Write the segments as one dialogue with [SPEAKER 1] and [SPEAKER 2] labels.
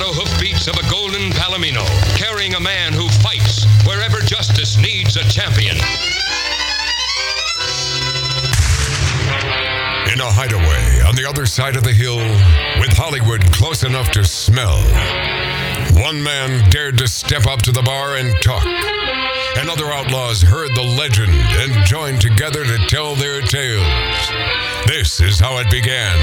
[SPEAKER 1] voice of a golden palomino, carrying a man who fights wherever justice needs a champion.
[SPEAKER 2] In a hideaway on the other side of the hill, with Hollywood close enough to smell, one man dared to step up to the bar and talk. And other outlaws heard the legend and joined together to tell their tales. This is how it began.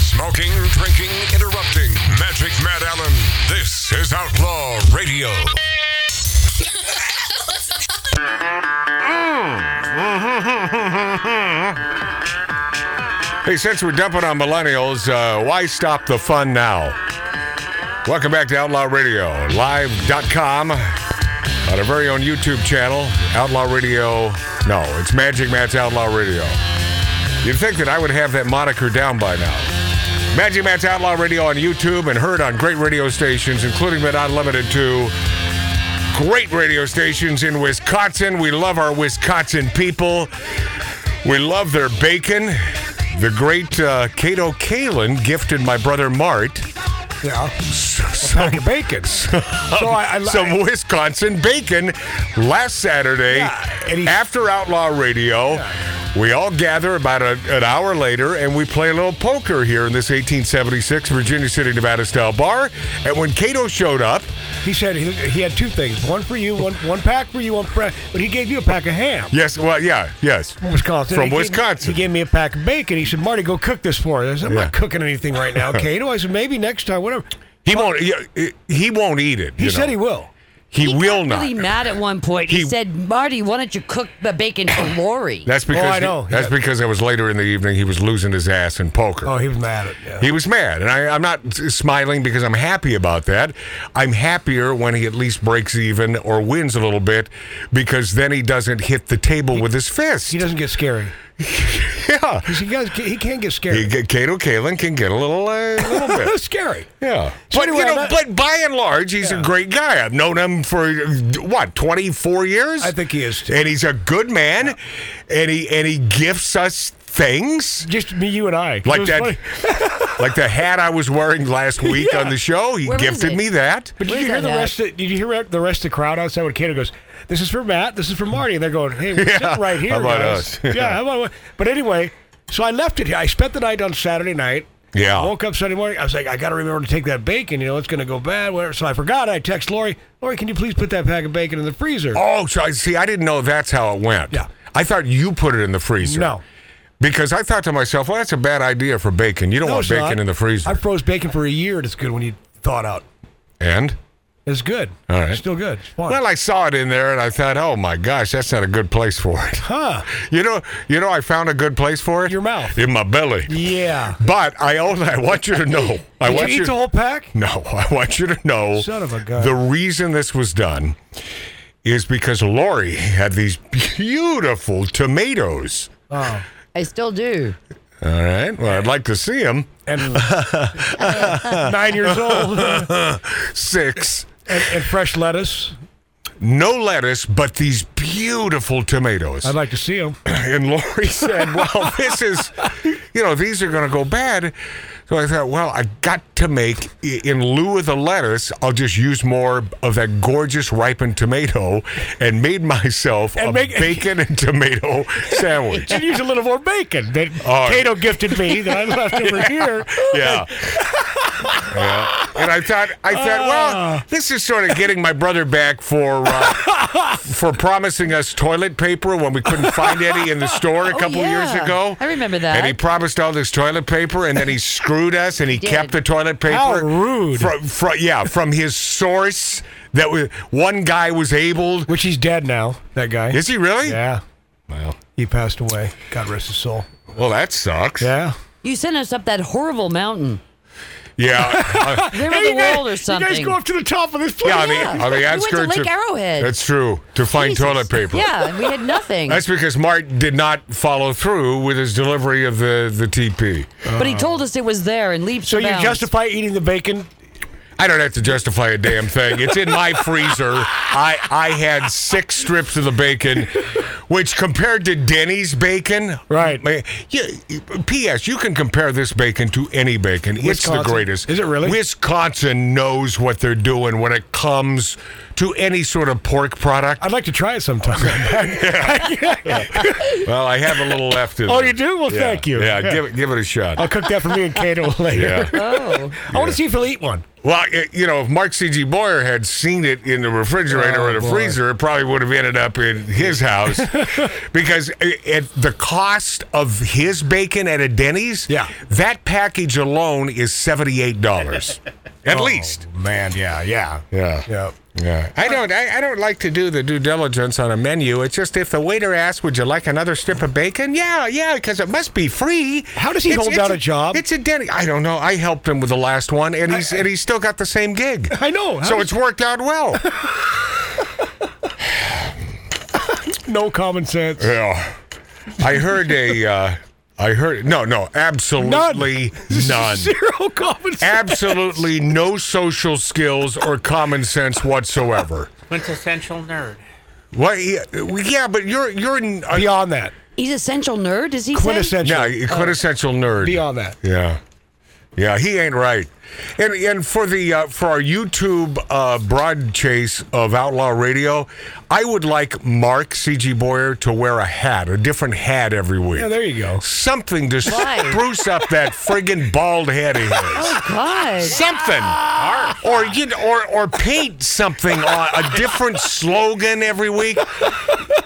[SPEAKER 2] Smoking, drinking, interrupting. Magic Matt Allen. This is Outlaw Radio.
[SPEAKER 3] Hey, since we're dumping on millennials, uh, why stop the fun now? Welcome back to Outlaw Radio, live.com, on our very own YouTube channel, Outlaw Radio. No, it's Magic Matt's Outlaw Radio. You'd think that I would have that moniker down by now. Magic Matt's Outlaw Radio on YouTube and heard on great radio stations, including but not limited to great radio stations in Wisconsin. We love our Wisconsin people. We love their bacon. The great uh, Cato Kalin gifted my brother Mart
[SPEAKER 4] Yeah. Some bacon. So I, I li-
[SPEAKER 3] some Wisconsin bacon last Saturday
[SPEAKER 4] Yeah, and he-
[SPEAKER 3] after Outlaw Radio. We all gather about a, an hour later and we play a little poker here in this 1876 Virginia City, Nevada style bar. And when Cato showed up,
[SPEAKER 4] He said he, he had two things: one for you, one one pack for you, one for. But he gave you a pack of ham.
[SPEAKER 3] yes, well, yeah, yes.
[SPEAKER 4] From Wisconsin.
[SPEAKER 3] From
[SPEAKER 4] He gave me-
[SPEAKER 3] Wisconsin.
[SPEAKER 4] he gave me a pack of bacon. He said, "Marty, go cook this for us." I said, I'm
[SPEAKER 3] Yeah.
[SPEAKER 4] not cooking anything right now, Cato. I said, "Maybe next time, whatever."
[SPEAKER 3] He won't. He, he won't eat it.
[SPEAKER 4] He
[SPEAKER 3] you
[SPEAKER 4] said
[SPEAKER 3] know.
[SPEAKER 4] he will.
[SPEAKER 3] He,
[SPEAKER 5] He
[SPEAKER 3] will
[SPEAKER 5] got
[SPEAKER 3] not.
[SPEAKER 5] really mad at one point. He,
[SPEAKER 3] He-
[SPEAKER 5] said, Marty, why don't you cook the bacon for Lori?
[SPEAKER 3] That's because
[SPEAKER 4] Oh, I
[SPEAKER 3] he-
[SPEAKER 4] know.
[SPEAKER 3] that's
[SPEAKER 4] Yeah.
[SPEAKER 3] because it was later in the evening. He was losing his ass in poker.
[SPEAKER 4] Oh, he was mad at yeah.
[SPEAKER 3] He was mad, and I, I'm not s- smiling because I'm happy about that. I'm happier when he at least breaks even or wins a little bit, because then he doesn't hit the table with his fist.
[SPEAKER 4] He doesn't get scary.
[SPEAKER 3] yeah,
[SPEAKER 4] He guys, he can get
[SPEAKER 3] he,
[SPEAKER 4] scary.
[SPEAKER 3] get- Cato Kalin can get a little, uh, little bit.
[SPEAKER 4] scary.
[SPEAKER 3] Yeah,
[SPEAKER 4] So
[SPEAKER 3] but
[SPEAKER 4] anyway,
[SPEAKER 3] you know,
[SPEAKER 4] I'm not-
[SPEAKER 3] but by and large, he's a
[SPEAKER 4] Yeah.
[SPEAKER 3] great guy. I've known him for uh, what 24 years.
[SPEAKER 4] I think he is too.
[SPEAKER 3] and he's a good man, and he and he gifts us things.
[SPEAKER 4] Just me, you, and I. It
[SPEAKER 3] like
[SPEAKER 4] was
[SPEAKER 3] that,
[SPEAKER 4] funny.
[SPEAKER 3] like the hat I was wearing last week
[SPEAKER 4] Yeah.
[SPEAKER 3] on the show. He
[SPEAKER 5] Where was
[SPEAKER 3] gifted
[SPEAKER 5] it?
[SPEAKER 3] me that.
[SPEAKER 4] But did
[SPEAKER 5] Where's
[SPEAKER 4] you hear
[SPEAKER 5] that
[SPEAKER 4] the
[SPEAKER 5] at?
[SPEAKER 4] rest? Of, did you hear the rest of the crowd outside when Kato goes, "This is for Matt. This is for Marty." And they're going, "Hey, we're
[SPEAKER 3] Yeah,
[SPEAKER 4] sitting right here,
[SPEAKER 3] how about
[SPEAKER 4] guys."
[SPEAKER 3] us?
[SPEAKER 4] yeah. How about, but anyway, so I left it. here. I spent the night on Saturday night.
[SPEAKER 3] Yeah.
[SPEAKER 4] I woke up Sunday morning. I was like, I got to remember to take that bacon. You know, it's going to go bad. Whatever. So I forgot. I text Lori. Lori, can you please put that pack of bacon in the freezer?
[SPEAKER 3] Oh, so I see. I didn't know that's how it went.
[SPEAKER 4] Yeah.
[SPEAKER 3] I thought you put it in the freezer.
[SPEAKER 4] No.
[SPEAKER 3] Because I thought to myself, well, that's a bad idea for bacon. You don't
[SPEAKER 4] No,
[SPEAKER 3] want
[SPEAKER 4] it's
[SPEAKER 3] bacon
[SPEAKER 4] not.
[SPEAKER 3] in the freezer.
[SPEAKER 4] I froze bacon for a year, and it's good when you thaw it out.
[SPEAKER 3] and
[SPEAKER 4] It's good.
[SPEAKER 3] All right.
[SPEAKER 4] It's still good. It's fine.
[SPEAKER 3] well, I saw it in there, and I thought, oh my gosh, that's not a good place for it.
[SPEAKER 4] huh?
[SPEAKER 3] You know, you know, I found a good place for it.
[SPEAKER 4] Your mouth.
[SPEAKER 3] In my belly.
[SPEAKER 4] Yeah.
[SPEAKER 3] But I only. I want you to know. I
[SPEAKER 4] Did
[SPEAKER 3] want
[SPEAKER 4] you
[SPEAKER 3] you
[SPEAKER 4] eat the whole pack?
[SPEAKER 3] No, I want you to know.
[SPEAKER 4] Son of a gun.
[SPEAKER 3] The reason this was done is because Lori had these beautiful tomatoes.
[SPEAKER 4] Oh.
[SPEAKER 5] I still do.
[SPEAKER 3] All right. Well, I'd like to see them.
[SPEAKER 4] And nine years old.
[SPEAKER 3] Six.
[SPEAKER 4] and, and fresh lettuce.
[SPEAKER 3] No lettuce, but these beautiful tomatoes.
[SPEAKER 4] I'd like to see them.
[SPEAKER 3] And Lori said, Well, this is, you know, these are going to go bad. So I thought, well, I got to make, i- in lieu of the lettuce, I'll just use more of that gorgeous ripened tomato and made myself
[SPEAKER 4] And
[SPEAKER 3] a
[SPEAKER 4] make-
[SPEAKER 3] bacon and tomato sandwich.
[SPEAKER 4] Should use a little more bacon that
[SPEAKER 3] All right.
[SPEAKER 4] Cato gifted me that I left over here.
[SPEAKER 3] yeah. Yeah. And I thought, I thought,
[SPEAKER 5] Ah.
[SPEAKER 3] well, this is sort of getting my brother back for uh, for promising us toilet paper when we couldn't find any in the store a couple years
[SPEAKER 5] Oh, yeah.
[SPEAKER 3] ago.
[SPEAKER 5] I remember that.
[SPEAKER 3] And he promised all this toilet paper, and then he screwed us, and he
[SPEAKER 5] did.
[SPEAKER 3] kept the toilet paper.
[SPEAKER 4] How rude.
[SPEAKER 3] From, from, yeah, from his source that was, one guy was able.
[SPEAKER 4] Which he's dead now, that guy.
[SPEAKER 3] Is he really?
[SPEAKER 4] Yeah.
[SPEAKER 3] Well,
[SPEAKER 4] He passed away. God rest his soul.
[SPEAKER 3] well, that sucks.
[SPEAKER 4] Yeah.
[SPEAKER 5] You sent us up that horrible mountain.
[SPEAKER 3] Yeah. Uh,
[SPEAKER 5] River of
[SPEAKER 4] Hey,
[SPEAKER 5] the
[SPEAKER 4] you guys-
[SPEAKER 5] world or
[SPEAKER 4] You
[SPEAKER 5] something.
[SPEAKER 4] guys go up to the top of this place.
[SPEAKER 3] yeah, on the, on the
[SPEAKER 5] We went to
[SPEAKER 3] outskirts
[SPEAKER 5] Lake
[SPEAKER 3] of
[SPEAKER 5] Arrowhead.
[SPEAKER 3] That's true. To find
[SPEAKER 5] Jesus.
[SPEAKER 3] toilet paper.
[SPEAKER 5] Yeah, and we had nothing.
[SPEAKER 3] That's because Mart did not follow through with his delivery of the, the TP.
[SPEAKER 5] but he told us it was there and leaps
[SPEAKER 4] So
[SPEAKER 5] and
[SPEAKER 4] you
[SPEAKER 5] bounds.
[SPEAKER 4] justify eating the bacon?
[SPEAKER 3] I don't have to justify a damn thing. It's in my freezer. I, I had six strips of the bacon Which compared to Denny's bacon,
[SPEAKER 4] Right.
[SPEAKER 3] man, Yeah, P.S. You can compare this bacon to any bacon. It's the
[SPEAKER 4] Wisconsin.
[SPEAKER 3] greatest.
[SPEAKER 4] Is it really?
[SPEAKER 3] Wisconsin knows what they're doing when it comes to any sort of pork product.
[SPEAKER 4] I'd like to try it sometime.
[SPEAKER 3] Well, I have a little left in.
[SPEAKER 4] Oh,
[SPEAKER 3] there.
[SPEAKER 4] you do? Well,
[SPEAKER 3] Yeah,
[SPEAKER 4] thank you.
[SPEAKER 3] Yeah,
[SPEAKER 4] Yeah.
[SPEAKER 3] give it, give it a shot.
[SPEAKER 4] I'll cook that for me and Kato later.
[SPEAKER 3] Yeah.
[SPEAKER 5] Oh.
[SPEAKER 4] I want to see if he'll eat one.
[SPEAKER 3] Well, it, you know, if Mark C.G. Boyer had seen it in the refrigerator or the freezer, it probably would have ended up in his house because i- at the cost of his bacon at a Denny's,
[SPEAKER 4] Yeah.
[SPEAKER 3] that package alone is $78 at least.
[SPEAKER 4] Oh, Man, yeah, yeah.
[SPEAKER 3] Yeah.
[SPEAKER 4] Yeah.
[SPEAKER 3] Oh. Yeah. I don't I, I don't like to do the due diligence on a menu. It's just if the waiter asks, "Would you like another strip of bacon?" Yeah, yeah, because it must be free.
[SPEAKER 4] How does he hold down a job?
[SPEAKER 3] It's a Denny. I don't know. I helped him with the last one, and he's
[SPEAKER 4] I-
[SPEAKER 3] and he's still got the same gig.
[SPEAKER 4] I know. How
[SPEAKER 3] So
[SPEAKER 4] does-
[SPEAKER 3] it's worked out well.
[SPEAKER 4] no common sense.
[SPEAKER 3] yeah. I heard a. Uh, I heard no, no, absolutely none.
[SPEAKER 4] Zero common sense.
[SPEAKER 3] Absolutely no social skills or common sense whatsoever.
[SPEAKER 6] Quintessential nerd.
[SPEAKER 3] What? Yeah, but you're you're n- a
[SPEAKER 4] Beyond that.
[SPEAKER 5] He's essential nerd, is he? say?
[SPEAKER 4] Quintessential.
[SPEAKER 3] Yeah, a quintessential nerd.
[SPEAKER 4] Beyond that.
[SPEAKER 3] Yeah, yeah, he ain't right. And and for the uh, for our YouTube uh, broad chase of Outlaw Radio, I would like Mark C.G. Boyer to wear a hat, a different hat every week.
[SPEAKER 4] Yeah, there you go.
[SPEAKER 3] Something to
[SPEAKER 5] Why? Oh,
[SPEAKER 3] spruce up that friggin' bald head of his.
[SPEAKER 5] God.
[SPEAKER 3] Something, or you know, or or paint something on a different slogan every week.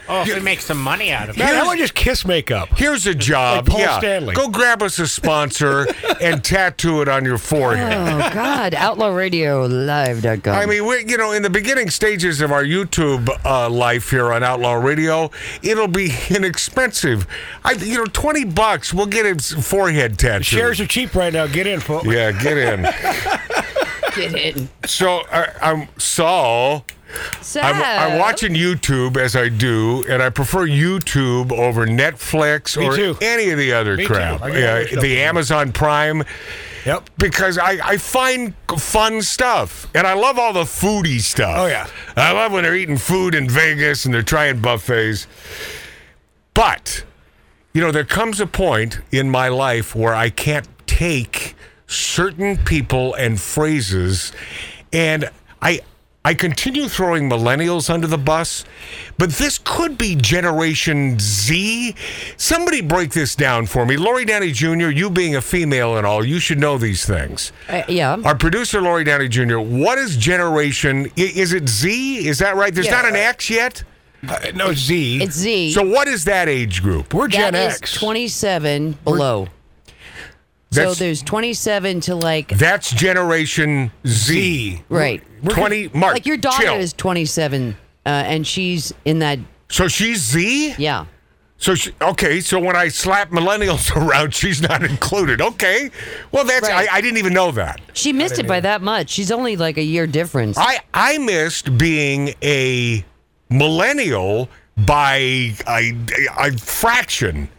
[SPEAKER 6] Oh, if we make some money out of it.
[SPEAKER 4] Man, how about just kiss makeup?
[SPEAKER 3] Here's a job.
[SPEAKER 4] Like Paul
[SPEAKER 3] yeah.
[SPEAKER 4] Stanley.
[SPEAKER 3] Go grab us a sponsor and tattoo it on your forehead.
[SPEAKER 5] Oh, God. OutlawRadioLive.com.
[SPEAKER 3] I mean, we're, you know, in the beginning stages of our YouTube uh, life here on Outlaw Radio, it'll be inexpensive. I, you know, twenty bucks, we'll get a forehead tattoo.
[SPEAKER 4] Shares are cheap right now. Get in, folks.
[SPEAKER 3] yeah, get in.
[SPEAKER 5] get in.
[SPEAKER 3] so I, I'm Saul. I'm,
[SPEAKER 5] Oh.
[SPEAKER 3] I'm watching YouTube as I do, and I prefer YouTube over Netflix
[SPEAKER 4] Me
[SPEAKER 3] or
[SPEAKER 4] too.
[SPEAKER 3] any of the other
[SPEAKER 4] Me too.
[SPEAKER 3] crap.
[SPEAKER 4] I got other
[SPEAKER 3] Yeah,
[SPEAKER 4] stuff
[SPEAKER 3] the
[SPEAKER 4] to do.
[SPEAKER 3] Amazon Prime.
[SPEAKER 4] Yep.
[SPEAKER 3] because I, I find fun stuff and I love all the foodie stuff.
[SPEAKER 4] Oh, yeah.
[SPEAKER 3] I love when they're eating food in Vegas and they're trying buffets. But, you know, there comes a point in my life where I can't take certain people and phrases and I. I continue throwing millennials under the bus, but this could be Generation Z. Somebody break this down for me. Lori Downey Jr., you being a female and all, you should know these things.
[SPEAKER 5] Uh, yeah.
[SPEAKER 3] Our producer, Lori Downey Jr., what is Generation? i- Is it Z? Is that right? There's
[SPEAKER 4] Yeah.
[SPEAKER 3] not an X yet?
[SPEAKER 4] Uh, no, Z.
[SPEAKER 5] It's Z.
[SPEAKER 3] So what is that age group?
[SPEAKER 4] We're Gen
[SPEAKER 5] That is
[SPEAKER 4] X.
[SPEAKER 5] 27 below. So
[SPEAKER 3] That's-
[SPEAKER 5] there's 27 to like,
[SPEAKER 3] That's Generation Z.
[SPEAKER 5] right.
[SPEAKER 3] Twenty Mark.
[SPEAKER 5] Like your daughter
[SPEAKER 3] chill.
[SPEAKER 5] is 27 uh, and she's in that,
[SPEAKER 3] So she's Z.
[SPEAKER 5] yeah.
[SPEAKER 3] So she, okay. So when I slap millennials around, she's not included. Okay. Well, that's
[SPEAKER 5] Right.
[SPEAKER 3] I, I didn't even know that.
[SPEAKER 5] She missed it by that much. She's only like a year difference.
[SPEAKER 3] I I missed being a millennial by a, a fraction.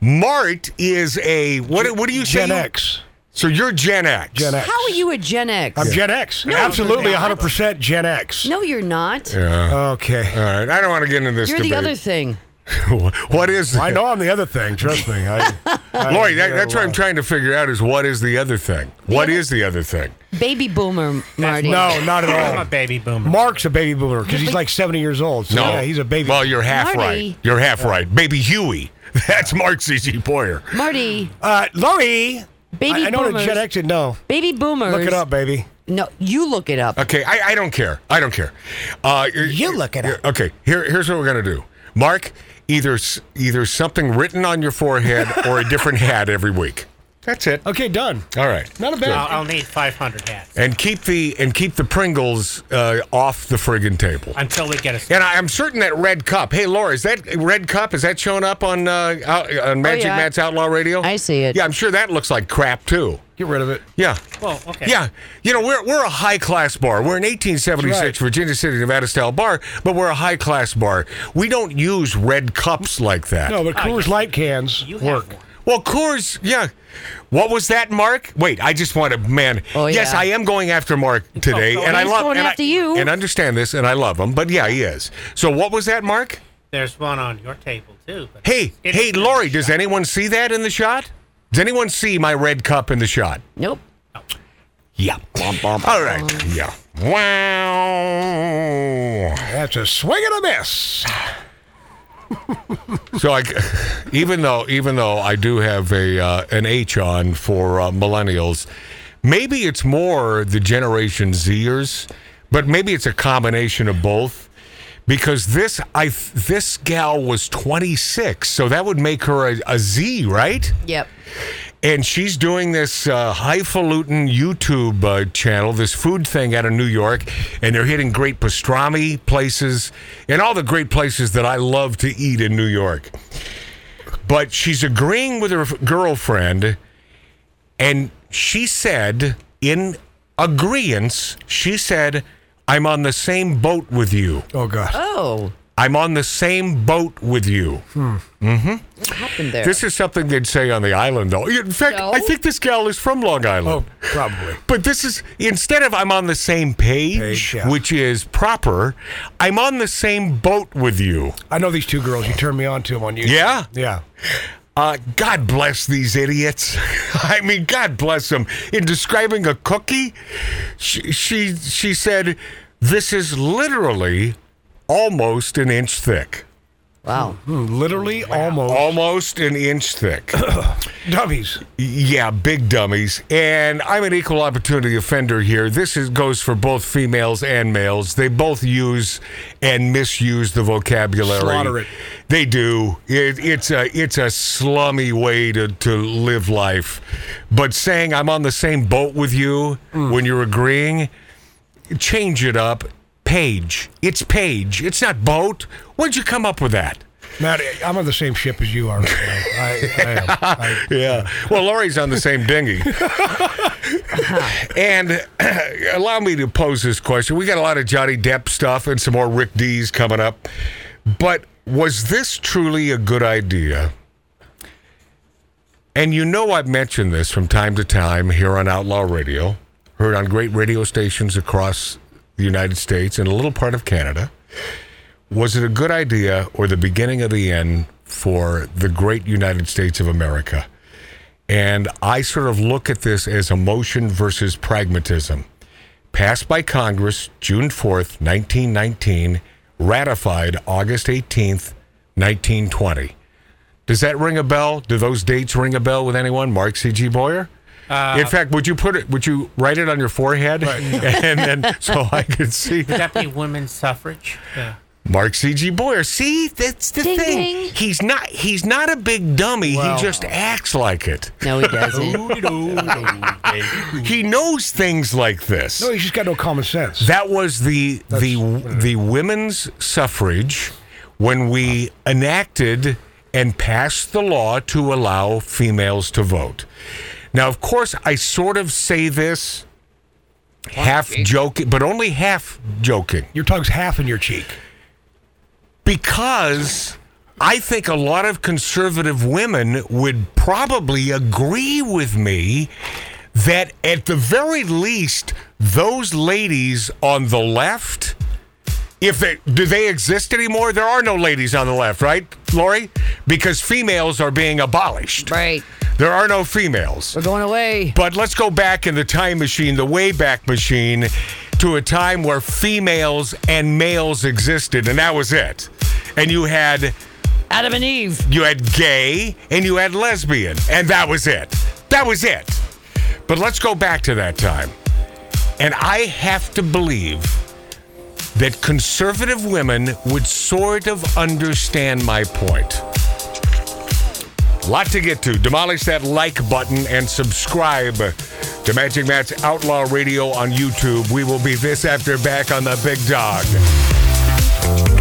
[SPEAKER 3] Mart is a what? What do you say?
[SPEAKER 4] Gen X.
[SPEAKER 3] So you're Gen X.
[SPEAKER 4] Gen X.
[SPEAKER 5] How are you a Gen X?
[SPEAKER 4] I'm Gen X. Absolutely, 100% Gen X.
[SPEAKER 5] no, you're not.
[SPEAKER 4] Okay.
[SPEAKER 3] All right. I don't want to get into this
[SPEAKER 5] You're the
[SPEAKER 3] debate.
[SPEAKER 5] other thing.
[SPEAKER 3] what is?
[SPEAKER 4] I know I'm the other thing. Trust me. I, I- uh,
[SPEAKER 3] Lori, that,
[SPEAKER 4] yeah,
[SPEAKER 3] that's what
[SPEAKER 4] well,
[SPEAKER 3] I'm trying to figure out is what is the other thing? What is the other thing?
[SPEAKER 5] Baby boomer, Marty.
[SPEAKER 4] No, not at
[SPEAKER 6] I'm a
[SPEAKER 4] all.
[SPEAKER 6] baby boomer.
[SPEAKER 4] Mark's a baby boomer because he's like 70 years old. So yeah, he's a baby.
[SPEAKER 3] Well, you're half
[SPEAKER 5] Marty.
[SPEAKER 3] right. You're half right. Baby Huey. That's Mark C.C. Boyer.
[SPEAKER 5] Marty,
[SPEAKER 4] uh, Lori.
[SPEAKER 5] Baby
[SPEAKER 4] I, I know what a
[SPEAKER 5] boomers.
[SPEAKER 4] Gen X is. No.
[SPEAKER 5] baby boomers.
[SPEAKER 4] Look it up, baby.
[SPEAKER 5] No, you look it up.
[SPEAKER 3] Okay, I, I don't care. I don't care. Uh,
[SPEAKER 4] You look it up.
[SPEAKER 3] Okay, here, here's what we're gonna do, Mark. Either s- either something written on your forehead or a different hat every week. That's it.
[SPEAKER 4] Okay, done.
[SPEAKER 3] All right.
[SPEAKER 4] Not a bad.
[SPEAKER 6] I'll, I'll need 500 hats
[SPEAKER 3] And keep the and keep the Pringles uh, off the friggin' table.
[SPEAKER 6] until we get a.
[SPEAKER 3] And I, I'm certain that red cup. Hey, Laura, is that red cup? Is that showing up on uh, out, on Magic
[SPEAKER 5] Oh, yeah.
[SPEAKER 3] Matt's Outlaw Radio?
[SPEAKER 5] I see it.
[SPEAKER 3] Yeah, I'm sure that looks like crap too.
[SPEAKER 4] Get rid of it.
[SPEAKER 3] Yeah.
[SPEAKER 6] Well, okay.
[SPEAKER 3] Yeah, you know we're we're a high class bar. We're an 1876
[SPEAKER 4] That's right.
[SPEAKER 3] Virginia City, Nevada style bar, but we're a high class bar. We don't use red cups like that.
[SPEAKER 4] No, but Coors Light cans
[SPEAKER 6] Ah, You have
[SPEAKER 4] work.
[SPEAKER 6] one.
[SPEAKER 3] Well, Coors, yeah. What was that, Mark? Wait, I just want to, man.
[SPEAKER 5] Oh,
[SPEAKER 3] Yes,
[SPEAKER 5] yeah.
[SPEAKER 3] I am going after Mark today,
[SPEAKER 6] go
[SPEAKER 3] and I
[SPEAKER 5] He's
[SPEAKER 3] love
[SPEAKER 5] going
[SPEAKER 3] and I-
[SPEAKER 5] after you.
[SPEAKER 3] and understand this, and I love him. But yeah, he is. So what was that, Mark?
[SPEAKER 6] There's one on your table too. But
[SPEAKER 3] Hey,
[SPEAKER 6] It-
[SPEAKER 3] hey, Lori, does anyone see that in the shot? Does anyone see my red cup in the shot?
[SPEAKER 5] Nope.
[SPEAKER 3] Yeah. All right. Yeah. Wow.
[SPEAKER 4] That's a swing and a miss.
[SPEAKER 3] So I, even though even though I do have a uh, an H on for uh, millennials, maybe it's more the Generation Zers, but maybe it's a combination of both. Because this I this gal was 26, so that would make her a, a Z, right?
[SPEAKER 5] Yep.
[SPEAKER 3] And she's doing this uh, highfalutin YouTube uh, channel, this food thing out of New York, and they're hitting great pastrami places and all the great places that I love to eat in New York. But she's agreeing with her f- girlfriend, and she said, in agreement, she said, I'm on the same boat with you.
[SPEAKER 4] Oh God.
[SPEAKER 5] Oh,
[SPEAKER 3] I'm on the same boat with you.
[SPEAKER 5] what happened there?
[SPEAKER 3] This is something they'd say on the island, though. In fact,
[SPEAKER 5] No.
[SPEAKER 3] I think this gal is from Long Island.
[SPEAKER 4] Oh, probably.
[SPEAKER 3] But this is instead of I'm on the same page,
[SPEAKER 4] Page, yeah.
[SPEAKER 3] which is proper, I'm on the same boat with you.
[SPEAKER 4] I know these two girls. You turned me on to them on YouTube.
[SPEAKER 3] Yeah?
[SPEAKER 4] Yeah.
[SPEAKER 3] Uh, God bless these idiots. I mean, God bless them. In describing a cookie, she, she she said, "This is literally almost an inch thick.
[SPEAKER 5] wow.
[SPEAKER 4] Hmm, Literally, almost
[SPEAKER 3] Almost an inch thick."
[SPEAKER 4] dummies.
[SPEAKER 3] Yeah, big dummies. And I'm an equal opportunity offender here. This is, goes for both females and males. They both use and misuse the vocabulary.
[SPEAKER 4] Slaughter it.
[SPEAKER 3] They do. It, it's a it's a slummy way to, to live life. But saying I'm on the same boat with you
[SPEAKER 4] Hmm.
[SPEAKER 3] when you're agreeing, change it up. Page. It's page. It's not boat. When'd you come up with that?
[SPEAKER 4] Matt, I'm on the same ship as you are. Right now. I, I am. I,
[SPEAKER 3] Yeah. Well, Laurie's on the same dinghy. and allow me to pose this question. We got a lot of Johnny Depp stuff and some more Rick D's coming up. But was this truly a good idea? And you know, I've mentioned this from time to time here on Outlaw Radio, heard on great radio stations across the United States and a little part of Canada. Was it a good idea or the beginning of the end for the great United States of America? And I sort of look at this as emotion versus pragmatism. Passed by Congress June 4th, 1919, ratified August 18th, 1920. Does that ring a bell? Do those dates ring a bell with anyone? Mark C. G. Boyer. In fact, would you put it? Would you write it on your forehead, and then so I could see?
[SPEAKER 6] Deputy women's suffrage. Yeah.
[SPEAKER 3] Mark C. G. Boyer. See, that's the
[SPEAKER 5] Ding,
[SPEAKER 3] thing.
[SPEAKER 5] ding.
[SPEAKER 3] He's not. He's not a big dummy.
[SPEAKER 6] Well.
[SPEAKER 3] He just acts like it.
[SPEAKER 5] No, he doesn't.
[SPEAKER 3] He knows things like this.
[SPEAKER 4] no, he's just got no common sense.
[SPEAKER 3] That was the the the women's suffrage when we enacted and passed the law to allow females to vote. Now, of course, I sort of say this half joking, but only half joking.
[SPEAKER 4] your tongue's half in your cheek.
[SPEAKER 3] because I think a lot of conservative women would probably agree with me that at the very least, those ladies on the left, if they do they exist anymore? There are no ladies on the left, right, Lori? Because females are being abolished.
[SPEAKER 5] right.
[SPEAKER 3] There are no females.
[SPEAKER 5] We're going away.
[SPEAKER 3] But let's go back in the time machine, the way back machine, to a time where females and males existed, and that was it. And you had
[SPEAKER 5] Adam and Eve.
[SPEAKER 3] you had gay and you had lesbian, and that was it. That was it. But let's go back to that time. And I have to believe that conservative women would sort of understand my point. Lot to get to. Demolish that like button and subscribe to Magic Matt's Outlaw Radio on YouTube. We will be this after back on the Big Dog.